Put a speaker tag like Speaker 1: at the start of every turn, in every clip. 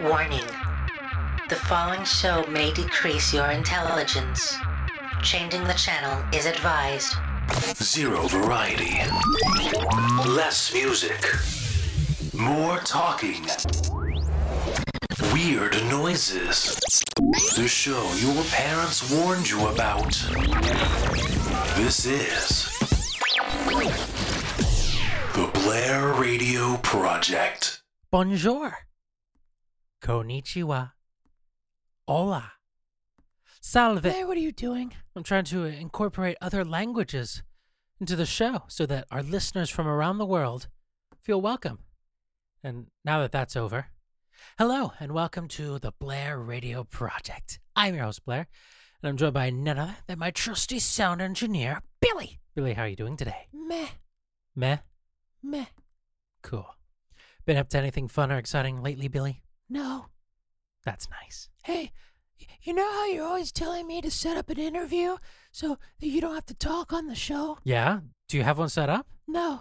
Speaker 1: Warning. The following show may decrease your intelligence. Changing the channel is advised.
Speaker 2: Zero variety. Less music. More talking. Weird noises. The show your parents warned you about. This is. The Blair Radio Project.
Speaker 3: Bonjour. Konnichiwa. Hola. Salve.
Speaker 4: Hey, what are you doing?
Speaker 3: I'm trying to incorporate other languages into the show so that our listeners from around the world feel welcome. And now that that's over, hello and welcome to the Blair Radio Project. I'm your host, Blair, and I'm joined by none other than my trusty sound engineer, Billy. Billy, how are you doing today?
Speaker 4: Meh,
Speaker 3: Meh?
Speaker 4: meh.
Speaker 3: Cool. Been up to anything fun or exciting lately, Billy?
Speaker 4: No.
Speaker 3: That's nice.
Speaker 4: Hey, y- you know how you're always telling me to set up an interview so that you don't have to talk on the show?
Speaker 3: Yeah? Do you have one set up? Oh,
Speaker 4: No,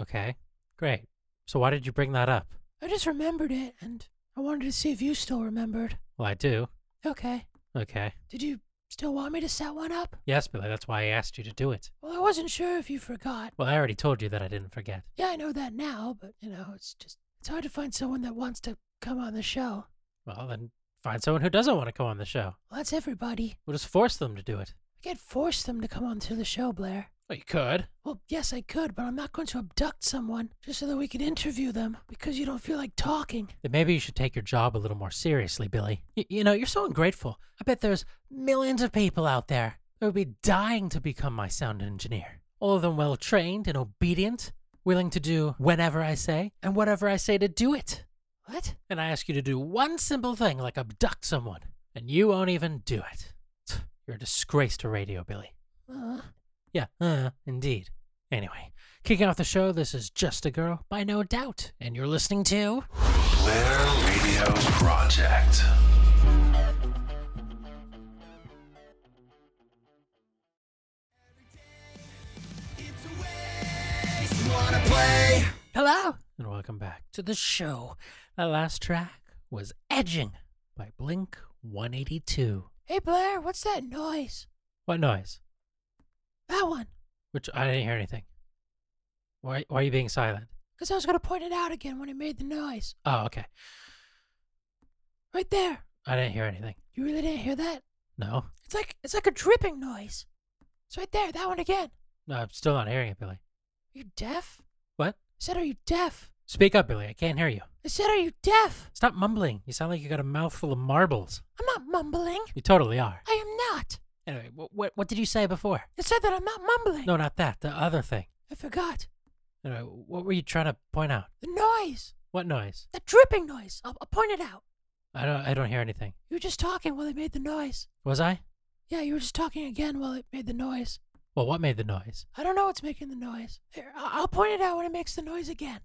Speaker 3: Okay, great. So why did you bring that up?
Speaker 4: I just remembered it and I wanted to see if you still remembered.
Speaker 3: Well, I do.
Speaker 4: Okay.
Speaker 3: Okay.
Speaker 4: Did you still want me to set one up?
Speaker 3: Yes, Billy, that's why I asked you to do it.
Speaker 4: Well, I wasn't sure if you forgot.
Speaker 3: Well, I already told you that I didn't forget.
Speaker 4: Yeah, I know that now, but you know, it's just it's hard to find someone that wants to come on the show.
Speaker 3: Well, then find someone who doesn't want to come on the show.
Speaker 4: Well, that's everybody.
Speaker 3: We'll just force them to do it.
Speaker 4: I can't force them to come onto the show, Blair.
Speaker 3: Well, you could.
Speaker 4: Well, yes, I could, but I'm not going to abduct someone just so that we can interview them because you don't feel like talking.
Speaker 3: Then maybe you should take your job a little more seriously, Billy. Y- you know, you're so ungrateful. I bet there's millions of people out there that would be dying to become my sound engineer. All of them well trained and obedient, willing to do whenever I say and whatever I say to do it.
Speaker 4: What?
Speaker 3: and I ask you to do one simple thing, like abduct someone, and you won't even do it. Tch, You're a disgrace to radio, Billy.
Speaker 4: Uh,
Speaker 3: Yeah, uh, indeed. Anyway, kicking off the show, this is Just a Girl by No Doubt, and you're listening to.
Speaker 2: Blair Radio Project.
Speaker 3: Hello! And welcome back to the show. That last track was Edging by Blink 182.
Speaker 4: hey, Blair, what's that noise?
Speaker 3: What noise?
Speaker 4: That one.
Speaker 3: Which I didn't hear anything. Why, why are you being silent?
Speaker 4: Because I was going to point it out again when it made the noise.
Speaker 3: Oh, okay.
Speaker 4: Right there.
Speaker 3: I didn't hear anything.
Speaker 4: You really didn't hear that?
Speaker 3: No?
Speaker 4: It's like it's like a dripping noise. It's right there. That one again.
Speaker 3: No, I'm still not hearing it, Billy.
Speaker 4: Are you deaf?
Speaker 3: What?
Speaker 4: I said, are you deaf?
Speaker 3: Speak up, Billy. I can't hear you.
Speaker 4: I said, are you deaf?
Speaker 3: Stop mumbling. You sound like you got a mouthful of marbles.
Speaker 4: I'm not mumbling.
Speaker 3: You totally are.
Speaker 4: I am not.
Speaker 3: Anyway, what what, what did you say before?
Speaker 4: I said that I'm not mumbling.
Speaker 3: No, not that. The other thing.
Speaker 4: I forgot.
Speaker 3: Anyway, what were you trying to point out?
Speaker 4: The noise.
Speaker 3: What noise?
Speaker 4: That dripping noise. I'll, I'll point it out.
Speaker 3: I don't. I don't hear anything.
Speaker 4: You were just talking while it made the noise.
Speaker 3: Was I?
Speaker 4: Yeah, you were just talking again while it made the noise.
Speaker 3: Well, what made the noise?
Speaker 4: I don't know what's making the noise. Here, I- I'll point it out when it makes the noise again.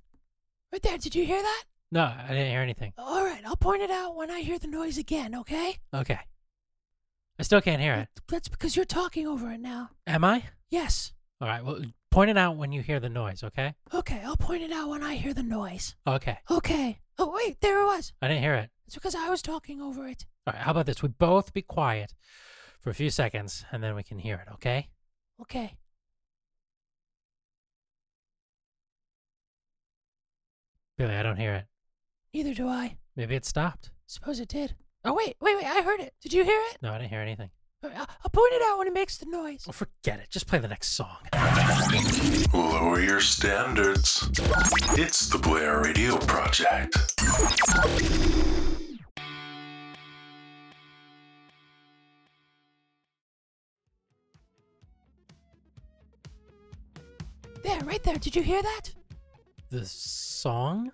Speaker 4: Right there, did you hear that?
Speaker 3: No, I didn't hear anything.
Speaker 4: All right, I'll point it out when I hear the noise again, okay?
Speaker 3: Okay. I still can't hear it.
Speaker 4: That's because you're talking over it now.
Speaker 3: Am I?
Speaker 4: Yes.
Speaker 3: All right. Well, point it out when you hear the noise. Okay.
Speaker 4: Okay, I'll point it out when I hear the noise.
Speaker 3: Okay.
Speaker 4: Okay. Oh, wait, there it was.
Speaker 3: I didn't hear it.
Speaker 4: It's because I was talking over it.
Speaker 3: All right. How about this? We both be quiet for a few seconds, and then we can hear it. Okay.
Speaker 4: Okay.
Speaker 3: Billy, I don't hear it.
Speaker 4: Neither do I.
Speaker 3: Maybe it stopped.
Speaker 4: Suppose it did. Oh, wait, wait, wait, I heard it. Did you hear it?
Speaker 3: No, I didn't hear anything.
Speaker 4: All right, I'll I'll point it out when it makes the noise.
Speaker 3: Oh, forget it. Just play the next song.
Speaker 2: Lower your standards. It's the Blair Radio Project.
Speaker 4: There, right there, did you hear that?
Speaker 3: The song?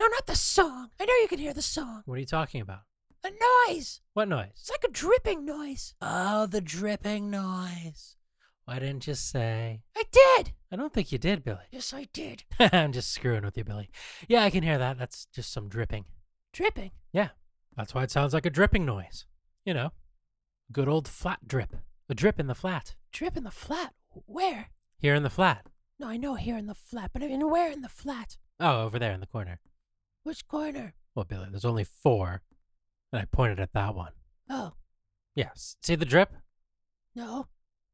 Speaker 4: No, not the song. I know you can hear the song.
Speaker 3: What are you talking about?
Speaker 4: The noise.
Speaker 3: What noise?
Speaker 4: It's like a dripping noise.
Speaker 3: Oh, the dripping noise. Why didn't you say?
Speaker 4: I did.
Speaker 3: I don't think you did, Billy.
Speaker 4: Yes, I did.
Speaker 3: I'm just screwing with you, Billy. Yeah, I can hear that. That's just some dripping.
Speaker 4: Dripping.
Speaker 3: Yeah, that's why it sounds like a dripping noise. You know, good old flat drip. A drip in the flat.
Speaker 4: Drip in the flat. Where?
Speaker 3: Here in the flat.
Speaker 4: No, I know here in the flat, but I mean where in the flat?
Speaker 3: Oh, over there in the corner.
Speaker 4: Which corner?
Speaker 3: Well, Billy, there's only four, and I pointed at that one.
Speaker 4: Oh,
Speaker 3: Yes. See the drip?
Speaker 4: no,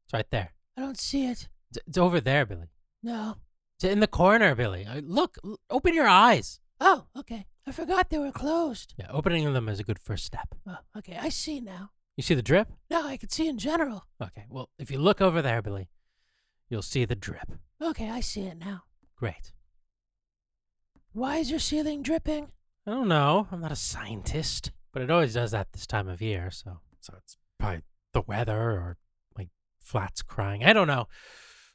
Speaker 3: It's right there.
Speaker 4: I don't see it.
Speaker 3: It's, it's over there, Billy.
Speaker 4: No.
Speaker 3: It's in the corner, Billy. Uh, Look, l- open your eyes.
Speaker 4: Oh, okay. I forgot they were closed.
Speaker 3: Yeah, opening them is a good first step.
Speaker 4: Oh, okay, I see now.
Speaker 3: You see the drip?
Speaker 4: Now I can see in general.
Speaker 3: Okay. Well, if you look over there, Billy, you'll see the drip.
Speaker 4: Okay, I see it now.
Speaker 3: Great.
Speaker 4: Why is your ceiling dripping?
Speaker 3: I don't know. I'm not a scientist, but it always does that this time of year. So, so it's probably the weather or my flats crying. I don't know,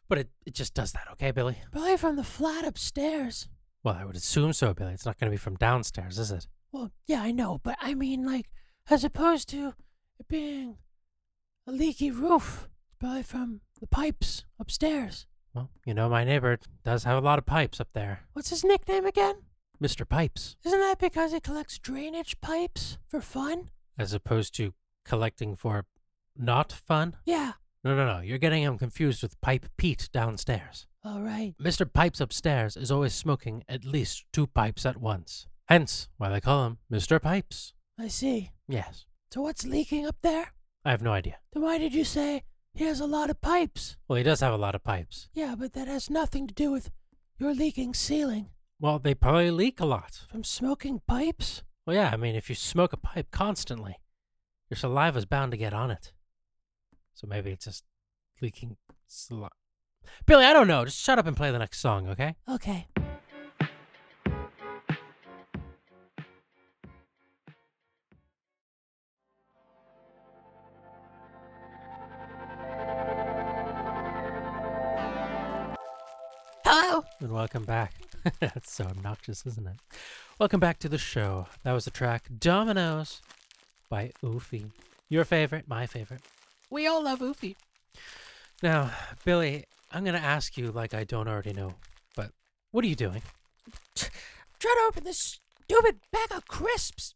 Speaker 3: but it, it just does that. Okay, Billy.
Speaker 4: Probably from the flat upstairs.
Speaker 3: Well, I would assume so, Billy. It's not going to be from downstairs, is it?
Speaker 4: Well, yeah, I know, but I mean, like, as opposed to it being a leaky roof, it's probably from the pipes upstairs.
Speaker 3: Well, you know, my neighbor does have a lot of pipes up there,
Speaker 4: What's his nickname again?
Speaker 3: Mister Pipes,
Speaker 4: Isn't that because he collects drainage pipes for fun?
Speaker 3: as opposed to collecting for not fun.
Speaker 4: Yeah.
Speaker 3: No, no, no. You're getting him confused with Pipe Pete downstairs.
Speaker 4: All right.
Speaker 3: Mr. Pipes upstairs is always smoking at least two pipes at once. Hence why they call him Mr. Pipes.
Speaker 4: I see.
Speaker 3: Yes.
Speaker 4: So what's leaking up there?
Speaker 3: I have no idea.
Speaker 4: Then why did you say he has a lot of pipes?
Speaker 3: Well, he does have a lot of pipes.
Speaker 4: Yeah, but that has nothing to do with your leaking ceiling
Speaker 3: Well, they probably leak a lot.
Speaker 4: from smoking pipes.
Speaker 3: Well, yeah, I mean, if you smoke a pipe constantly, your saliva's bound to get on it. So maybe it's just leaking saliva. Billy, I don't know. Just shut up and play the next song, okay?
Speaker 4: Okay. Hello.
Speaker 3: And welcome back. That's so obnoxious, isn't it? Welcome back to the show. That was the track Dominoes by Oofy. Your favorite, my favorite.
Speaker 4: We all love Oofy.
Speaker 3: Now, Billy, I'm going to ask you like I don't already know, but what are you doing?
Speaker 4: Try to open this stupid bag of crisps.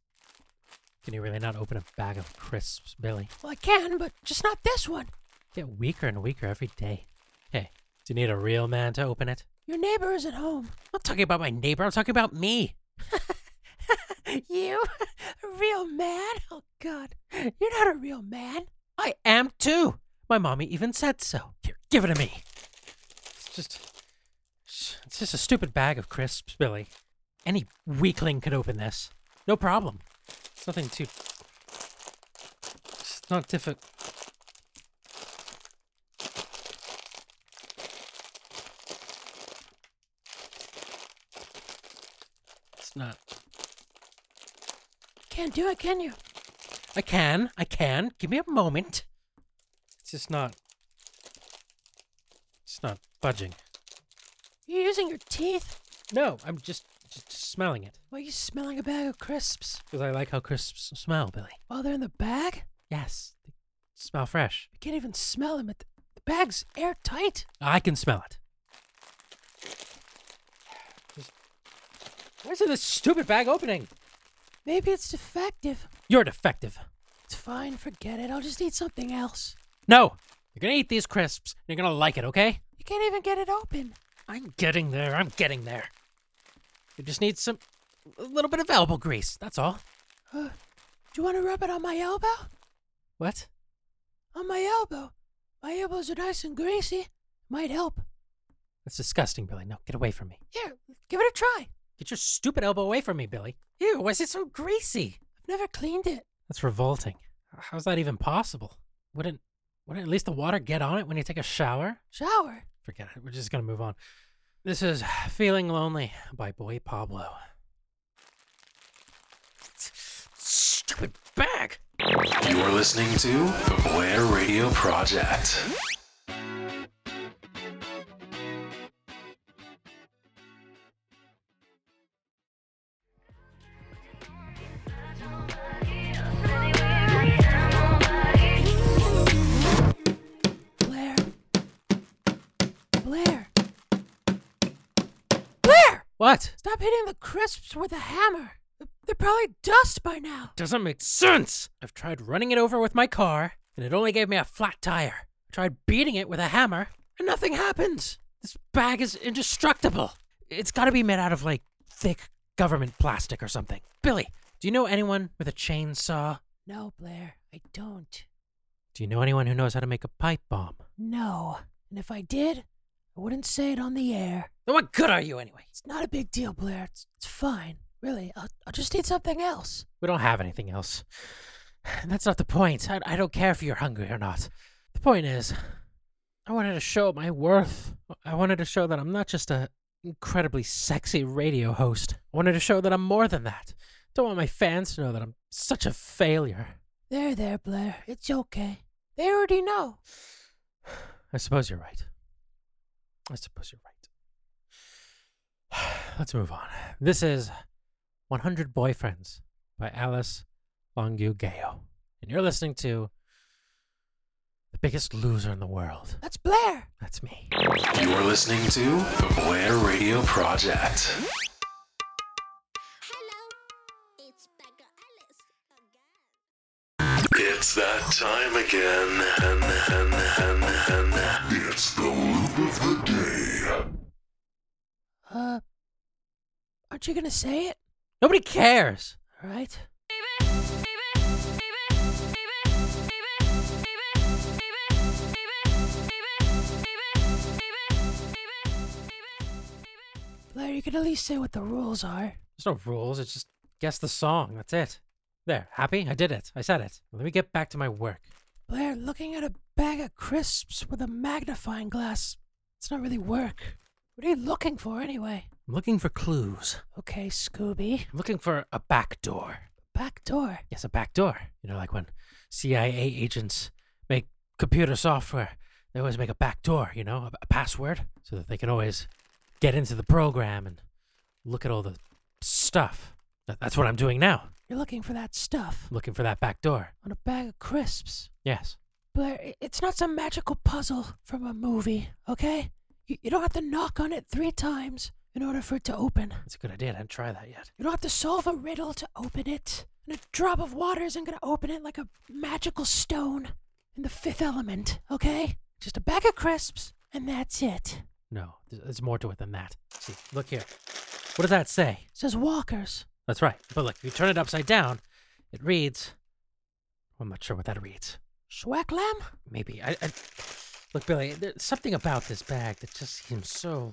Speaker 3: Can you really not open a bag of crisps, Billy?
Speaker 4: Well, I can, but just not this one.
Speaker 3: Get weaker and weaker every day. Hey, do you need a real man to open it?
Speaker 4: Your neighbor isn't home.
Speaker 3: I'm not talking about my neighbor, I'm talking about me.
Speaker 4: You? A real man? Oh, God. You're not a real man.
Speaker 3: I am too. My mommy even said so. Here, give it to me. It's just, it's just a stupid bag of crisps, Billy. Any weakling could open this, no problem. It's nothing too. It's not difficult. It's not.
Speaker 4: Can't do it, can you?
Speaker 3: I can. I can. Give me a moment. It's just not. It's not budging.
Speaker 4: You're using your teeth
Speaker 3: No, I'm just just smelling it
Speaker 4: while you're smelling a bag of crisps
Speaker 3: because I like how crisps smell, Billy.
Speaker 4: while they're in the bag?
Speaker 3: Yes, they smell fresh.
Speaker 4: You can't even smell them. At the, the bag's airtight.
Speaker 3: I can smell it. Just- Where's this stupid bag opening?
Speaker 4: Maybe it's defective.
Speaker 3: You're defective.
Speaker 4: It's fine, forget it. I'll just eat something else.
Speaker 3: No, you're gonna eat these crisps. And you're gonna like it, okay?
Speaker 4: You can't even get it open.
Speaker 3: I'm getting there. I'm getting there. You just need some, a little bit of elbow grease. That's all.
Speaker 4: Uh, do you want to rub it on my elbow?
Speaker 3: What?
Speaker 4: On my elbow. My elbows are nice and greasy. Might help.
Speaker 3: That's disgusting, Billy. No, get away from me.
Speaker 4: Here, give it a try.
Speaker 3: Get your stupid elbow away from me, Billy. Ew, why is it so greasy?
Speaker 4: I've never cleaned it.
Speaker 3: That's revolting. How's that even possible? Wouldn't wouldn't at least the water get on it when you take a shower?
Speaker 4: Shower.
Speaker 3: Forget it. We're just gonna move on. This is Feeling Lonely by Boy Pablo. Stupid bag!
Speaker 2: You're listening to The Blair Radio Project.
Speaker 4: Blair. Blair. Blair!
Speaker 3: What?
Speaker 4: Stop hitting the crisps with a hammer. They're probably dust by now.
Speaker 3: Doesn't make sense! I've tried running it over with my car, and it only gave me a flat tire. I tried beating it with a hammer, and nothing happens! This bag is indestructible! It's gotta be made out of, like, thick government plastic or something. Billy, do you know anyone with a chainsaw?
Speaker 4: No, Blair, I don't.
Speaker 3: Do you know anyone who knows how to make a pipe bomb?
Speaker 4: No. And if I did, I wouldn't say it on the air.
Speaker 3: Then what good are you anyway?
Speaker 4: It's not a big deal, Blair. It's, it's fine. Really, I'll, I'll just eat something else.
Speaker 3: We don't have anything else. And that's not the point. I, I don't care if you're hungry or not. The point is, I wanted to show my worth. I wanted to show that I'm not just a incredibly sexy radio host. I wanted to show that I'm more than that. Don't want my fans to know that I'm such a failure.
Speaker 4: There, there, Blair. It's okay. They already know.
Speaker 3: I suppose you're right. I suppose you're right. Let's move on. This is 100 Boyfriends by Alice Longu Gayo. And you're listening to The Biggest Loser in the World.
Speaker 4: That's Blair.
Speaker 3: That's me.
Speaker 2: You're listening to The Blair Radio Project.
Speaker 5: Hello, it's Becca Ellis again.
Speaker 2: It's that time again. And, and, and, and. It's the loop of the day.
Speaker 4: Uh, aren't you gonna say it?
Speaker 3: Nobody cares.
Speaker 4: All right. Blair, you can at least say what the rules are.
Speaker 3: There's no rules. It's just guess the song. That's it. There. Happy? I did it. I said it. Let me get back to my work.
Speaker 4: Blair, looking at a bag of crisps with a magnifying glass, it's not really work. What are you looking for anyway?
Speaker 3: I'm looking for clues.
Speaker 4: Okay, Scooby.
Speaker 3: I'm looking for a back door.
Speaker 4: Back door.
Speaker 3: Yes, a back door. You know, like when CIA agents make computer software, they always make a back door, you know, a, a password, so that they can always get into the program and look at all the stuff. That, that's what I'm doing now,
Speaker 4: You're looking for that stuff
Speaker 3: looking for that back door.
Speaker 4: on a bag of crisps.
Speaker 3: Yes.
Speaker 4: Blair, i- it's not some magical puzzle from a movie, okay? You, you don't have to knock on it three times in order for it to open.
Speaker 3: That's a good idea. I didn't try that yet.
Speaker 4: You don't have to solve a riddle to open it. And a drop of water isn't going to open it like a magical stone in the fifth element, okay? Just a bag of crisps, and that's it.
Speaker 3: No, there's, there's more to it than that. See, look here. What does that say?
Speaker 4: says Walkers.
Speaker 3: That's right. But look, if you turn it upside down, it reads. I'm not sure what that reads.
Speaker 4: Schwacklam?
Speaker 3: Maybe I, I look, Billy. There's something about this bag that just seems so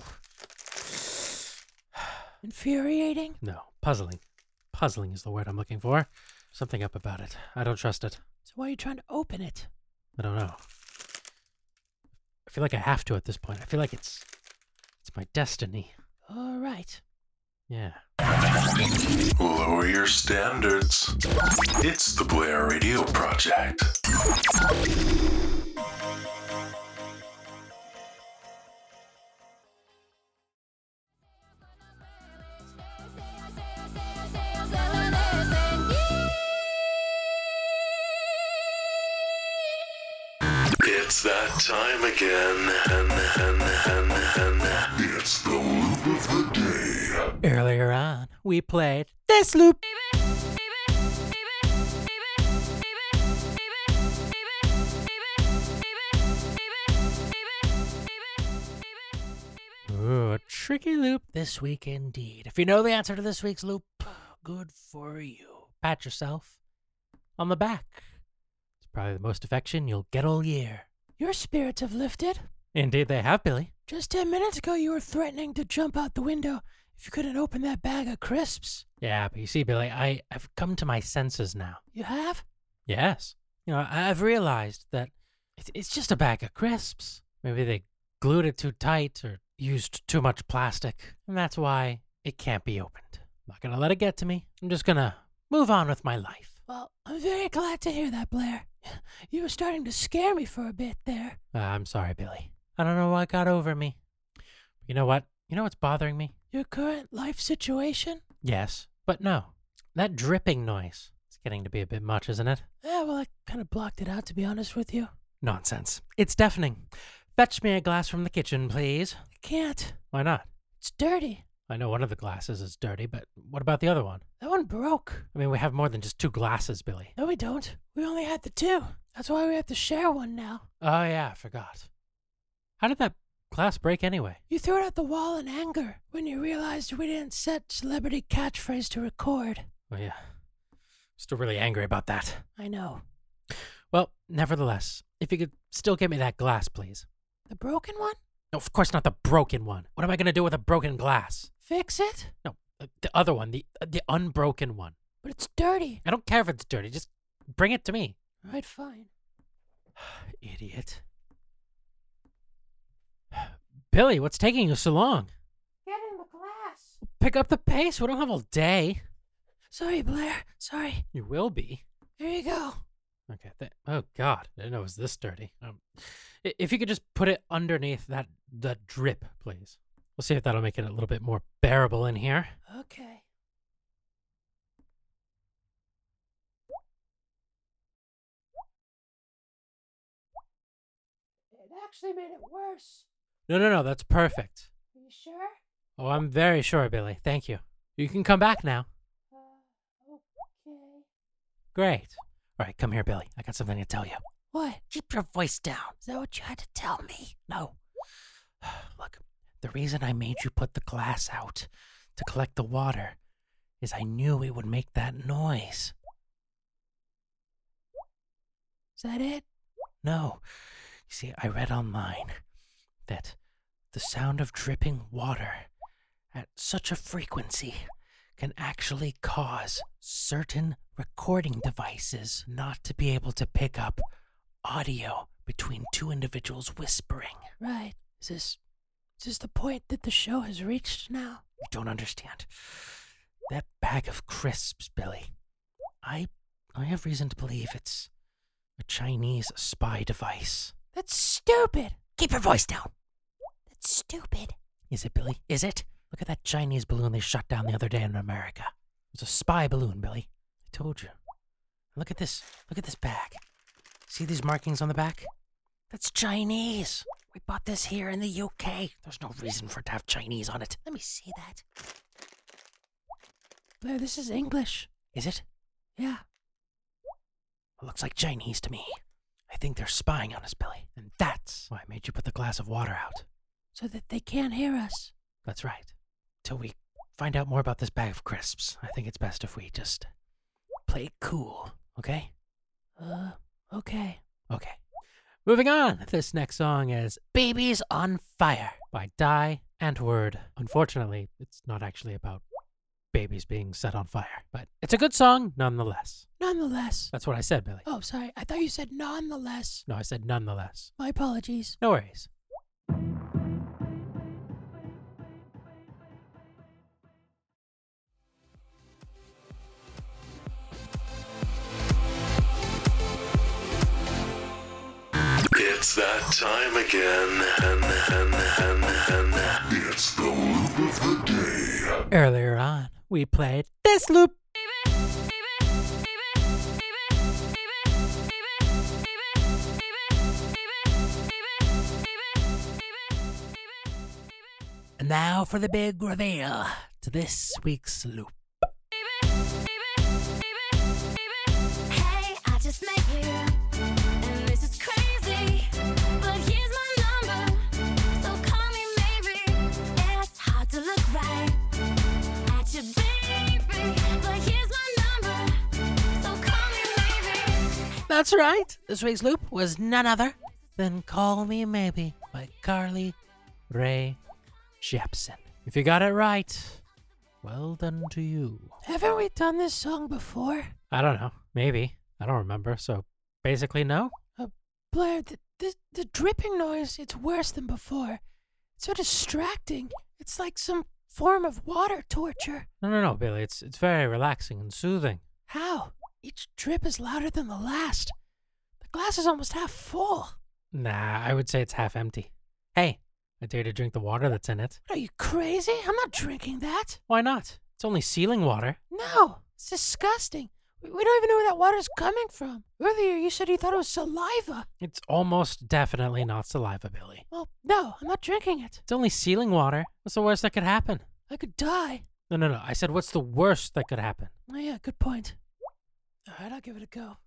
Speaker 4: Infuriating.
Speaker 3: no puzzling. Puzzling is the word I'm looking for. Something up about it. I don't trust it.
Speaker 4: So why are you trying to open it?
Speaker 3: I don't know. I feel like I have to at this point. I feel like it's it's my destiny.
Speaker 4: All right.
Speaker 3: Yeah.
Speaker 2: Lower your standards. It's the Blair Radio Project. It's that time again. And, and, and, and. It's the loop of the day.
Speaker 3: Earlier on, we played this loop. Ooh, a tricky loop this week indeed. If you know the answer to this week's loop, good for you. Pat yourself on the back. It's probably the most affection you'll get all year.
Speaker 4: Your spirits have lifted.
Speaker 3: Indeed, they have, Billy.
Speaker 4: Just ten minutes ago, you were threatening to jump out the window if you couldn't open that bag of crisps.
Speaker 3: Yeah, but you see, Billy, I, I've come to my senses now.
Speaker 4: You have?
Speaker 3: Yes. You know, I, I've realized that it's, it's just a bag of crisps. Maybe they glued it too tight or used too much plastic, and that's why it can't be opened. I'm not gonna let it get to me. I'm just gonna move on with my life.
Speaker 4: Well, I'm very glad to hear that, Blair. You were starting to scare me for a bit there.
Speaker 3: Uh, I'm sorry, Billy. I don't know what got over me. You know what? You know what's bothering me?
Speaker 4: Your current life situation?
Speaker 3: Yes, but no. That dripping noise. It's getting to be a bit much, isn't it?
Speaker 4: Yeah, well, I kind of blocked it out, to be honest with you.
Speaker 3: Nonsense. It's deafening. Fetch me a glass from the kitchen, please.
Speaker 4: I can't.
Speaker 3: Why not?
Speaker 4: It's dirty.
Speaker 3: I know one of the glasses is dirty, but what about the other one?
Speaker 4: That one broke.
Speaker 3: I mean, we have more than just two glasses, Billy.
Speaker 4: No, we don't. We only had the two. That's why we have to share one now.
Speaker 3: Oh, yeah, I forgot. How did that class break anyway.
Speaker 4: You threw it at the wall in anger when you realized we didn't set celebrity catchphrase to record.
Speaker 3: Oh, yeah. Still really angry about that.
Speaker 4: I know.
Speaker 3: Well, nevertheless, if you could still get me that glass, please.
Speaker 4: The broken one?
Speaker 3: No, of course not the broken one. What am I going to do with a broken glass?
Speaker 4: Fix it?
Speaker 3: No, uh, the other one, the uh, the unbroken one.
Speaker 4: But it's dirty.
Speaker 3: I don't care if it's dirty. Just bring it to me.
Speaker 4: All right, fine.
Speaker 3: Idiot. Billy, what's taking you so long?
Speaker 4: Get in the glass.
Speaker 3: Pick up the pace. We don't have all day.
Speaker 4: Sorry, Blair. Sorry.
Speaker 3: You will be.
Speaker 4: Here you go.
Speaker 3: Okay. Th- oh God, I didn't know it was this dirty. Um, i- if you could just put it underneath that that drip, please. We'll see if that'll make it a little bit more bearable in here.
Speaker 4: Okay. It actually made it worse.
Speaker 3: No, no, no. That's perfect.
Speaker 4: Are you sure?
Speaker 3: Oh, I'm very sure, Billy. Thank you. You can come back now.
Speaker 4: Uh, okay.
Speaker 3: Great. All right, come here, Billy. I got something to tell you.
Speaker 4: What?
Speaker 3: Keep your voice down.
Speaker 4: Is that what you had to tell me?
Speaker 3: No. Look, the reason I made you put the glass out to collect the water is I knew it would make that noise.
Speaker 4: Is that it?
Speaker 3: No. You see, I read online that the sound of dripping water at such a frequency can actually cause certain recording devices not to be able to pick up audio between two individuals whispering.
Speaker 4: Right. Is this is this the point that the show has reached now?
Speaker 3: You don't understand. That bag of crisps, Billy. I I have reason to believe it's a Chinese spy device.
Speaker 4: That's stupid.
Speaker 3: Keep your voice down.
Speaker 4: That's stupid.
Speaker 3: Is it, Billy? Is it? Look at that Chinese balloon they shot down the other day in America. It was a spy balloon, Billy. I told you. Look at this. Look at this bag. See these markings on the back? That's Chinese. We bought this here in the UK. There's no reason for it to have Chinese on it. Let me see that.
Speaker 4: Blair, this is English.
Speaker 3: Is it?
Speaker 4: Yeah.
Speaker 3: It looks like Chinese to me. I think they're spying on us, Billy. And that's why I made you put the glass of water out.
Speaker 4: So that they can't hear us.
Speaker 3: That's right. Till we find out more about this bag of crisps, I think it's best if we just play it cool, okay?
Speaker 4: Uh, okay.
Speaker 3: Okay. Moving on. This next song is Babies on Fire by Die and Word. Unfortunately, it's not actually about babies being set on fire, but it's a good song nonetheless.
Speaker 4: Nonetheless.
Speaker 3: That's what I said, Billy.
Speaker 4: Oh, sorry. I thought you said nonetheless.
Speaker 3: No, I said nonetheless.
Speaker 4: My apologies.
Speaker 3: No worries.
Speaker 2: It's that time again. It's the loop of the day.
Speaker 3: Earlier on, we played this loop. And now for the big reveal to this week's loop.
Speaker 5: Hey, I just met you, and this is crazy. But here's my number, so call me maybe. It's hard to look right at your baby, but here's my number, so call me maybe.
Speaker 3: That's right. This week's loop was none other than Call Me Maybe by Carly Ray Jepsen. If you got it right, well done to you.
Speaker 4: Haven't we done this song before?
Speaker 3: I don't know. Maybe. I don't remember. So basically, no.
Speaker 4: Uh, Blair, the, the, the dripping noise, it's worse than before. It's so distracting. It's like some form of water torture.
Speaker 3: No, no, no, Billy. It's, it's very relaxing and soothing.
Speaker 4: How? Each drip is louder than the last. The glass is almost half full.
Speaker 3: Nah, I would say it's half empty. Hey, I dare you to drink the water that's in it.
Speaker 4: Are you crazy? I'm not drinking that.
Speaker 3: Why not? It's only sealing water.
Speaker 4: No, it's disgusting. We, we don't even know where that water's coming from. Earlier, you said you thought it was saliva.
Speaker 3: It's almost definitely not saliva, Billy.
Speaker 4: Well, no, I'm not drinking it.
Speaker 3: It's only sealing water. What's the worst that could happen?
Speaker 4: I could die.
Speaker 3: No, no, no. I said, what's the worst that could happen?
Speaker 4: Oh, yeah, good point. All right, I'll give it a go.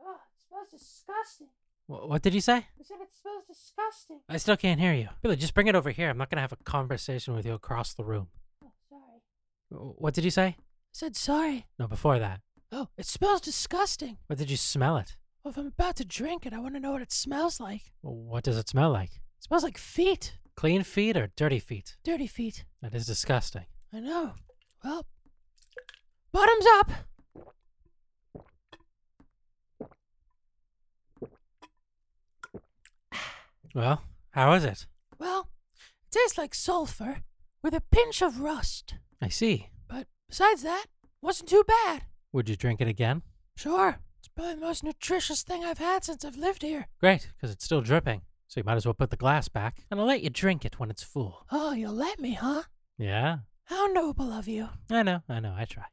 Speaker 4: Oh, it smells disgusting.
Speaker 3: Wh- what did you say?
Speaker 4: I said it smells disgusting.
Speaker 3: I still can't hear you. Billy, just bring it over here. I'm not going to have a conversation with you across the room.
Speaker 4: Oh, sorry. I
Speaker 3: Wh- What did you say?
Speaker 4: said sorry.
Speaker 3: No, before that.
Speaker 4: Oh, it smells disgusting.
Speaker 3: What did you smell it?
Speaker 4: Well, if I'm about to drink it, I want to know what it smells like.
Speaker 3: Wh- What does it smell like?
Speaker 4: It smells like feet.
Speaker 3: Clean feet or dirty feet?
Speaker 4: Dirty feet.
Speaker 3: That is disgusting.
Speaker 4: I know. Well, bottoms up.
Speaker 3: Well, how is it?
Speaker 4: Well, it tastes like sulfur with a pinch of rust.
Speaker 3: I see.
Speaker 4: But besides that, wasn't too bad.
Speaker 3: Would you drink it again?
Speaker 4: Sure. It's probably the most nutritious thing I've had since I've lived here.
Speaker 3: Great, because it's still dripping. So you might as well put the glass back, and I'll let you drink it when it's full.
Speaker 4: Oh, you'll let me, huh?
Speaker 3: Yeah,
Speaker 4: How noble of you.
Speaker 3: I know, I know, I try.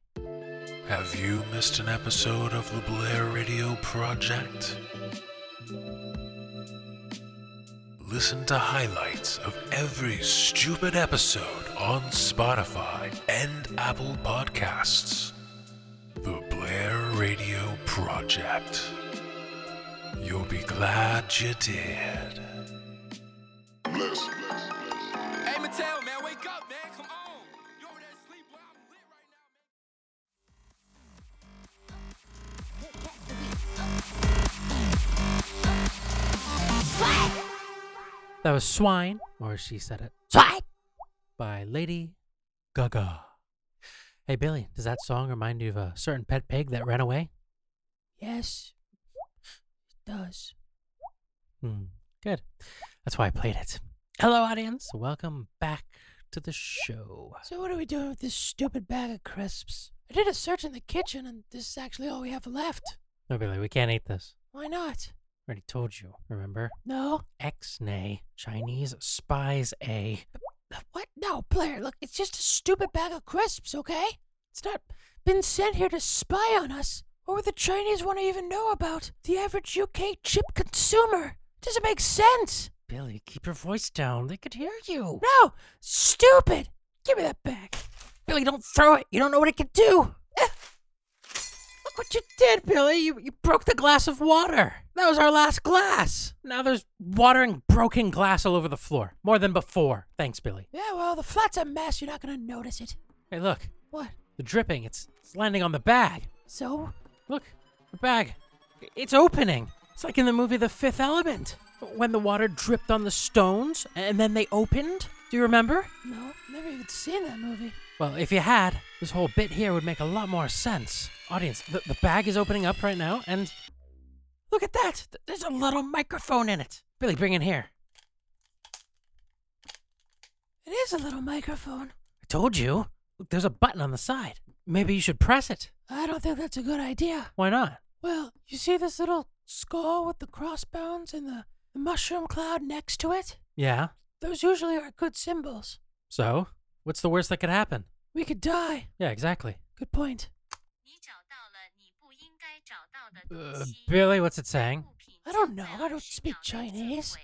Speaker 2: Have you missed an episode of the Blair Radio Project? Listen to highlights of every stupid episode on Spotify and Apple Podcasts. The Blair Radio Project. You'll be glad you did.
Speaker 6: Hey, Mattel, man, wake up, man. Come on. You over there asleep, boy? I'm lit right now, man.
Speaker 3: That was Swine, or as she said it,
Speaker 4: Swine!
Speaker 3: by Lady Gaga. Hey, Billy, does that song remind you of a certain pet pig that ran away?
Speaker 4: Yes, it does.
Speaker 3: Hmm, good. That's why I played it. Hello, audience. Welcome back to the show.
Speaker 4: So, what are we doing with this stupid bag of crisps? I did a search in the kitchen, and this is actually all we have left.
Speaker 3: No, Billy, we can't eat this.
Speaker 4: Why not?
Speaker 3: Already told you, remember?
Speaker 4: No.
Speaker 3: Ex-nay, Chinese spies A.
Speaker 4: What? No, Blair, look, it's just a stupid bag of crisps, okay? It's not been sent here to spy on us. What would the Chinese want to even know about the average UK chip consumer? doesn't make sense.
Speaker 3: Billy, keep your voice down. They could hear you.
Speaker 4: No! Stupid! Give me that bag. Billy, don't throw it. You don't know what it can do. Eh.
Speaker 3: Look what you did, Billy. You, you broke the glass of water. That was our last glass. Now there's water and broken glass all over the floor. More than before. Thanks, Billy.
Speaker 4: Yeah, well, the flat's a mess. You're not going to notice it.
Speaker 3: Hey, look.
Speaker 4: What?
Speaker 3: The dripping. It's, it's landing on the bag.
Speaker 4: So?
Speaker 3: Look, the bag. It's opening. It's like in the movie The Fifth Element. When the water dripped on the stones and then they opened. Do you remember?
Speaker 4: No, never even seen that movie.
Speaker 3: Well, if you had, this whole bit here would make a lot more sense. Audience, the, the bag is opening up right now, and look at that! Th- There's a little microphone in it. Billy, bring it here.
Speaker 4: It is a little microphone.
Speaker 3: I told you. Look, there's a button on the side. Maybe you should press it.
Speaker 4: I don't think that's a good idea.
Speaker 3: Why not?
Speaker 4: Well, you see this little skull with the crossbones and the, the mushroom cloud next to it?
Speaker 3: Yeah.
Speaker 4: Those usually are good symbols.
Speaker 3: So, what's the worst that could happen?
Speaker 4: We could die.
Speaker 3: Yeah, exactly.
Speaker 4: Good point.
Speaker 3: Uh, Billy, what's it saying?
Speaker 5: I don't know. I don't speak Chinese.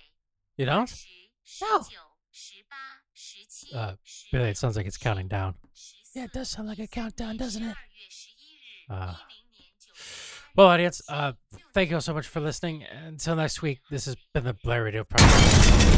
Speaker 3: You don't?
Speaker 5: No.
Speaker 3: Uh, Billy, it sounds like it's counting down.
Speaker 5: Yeah, it does sound like a countdown, doesn't it?
Speaker 3: Uh, Well, audience, uh, thank you all so much for listening. Until next week, this has been the Blair Radio Project.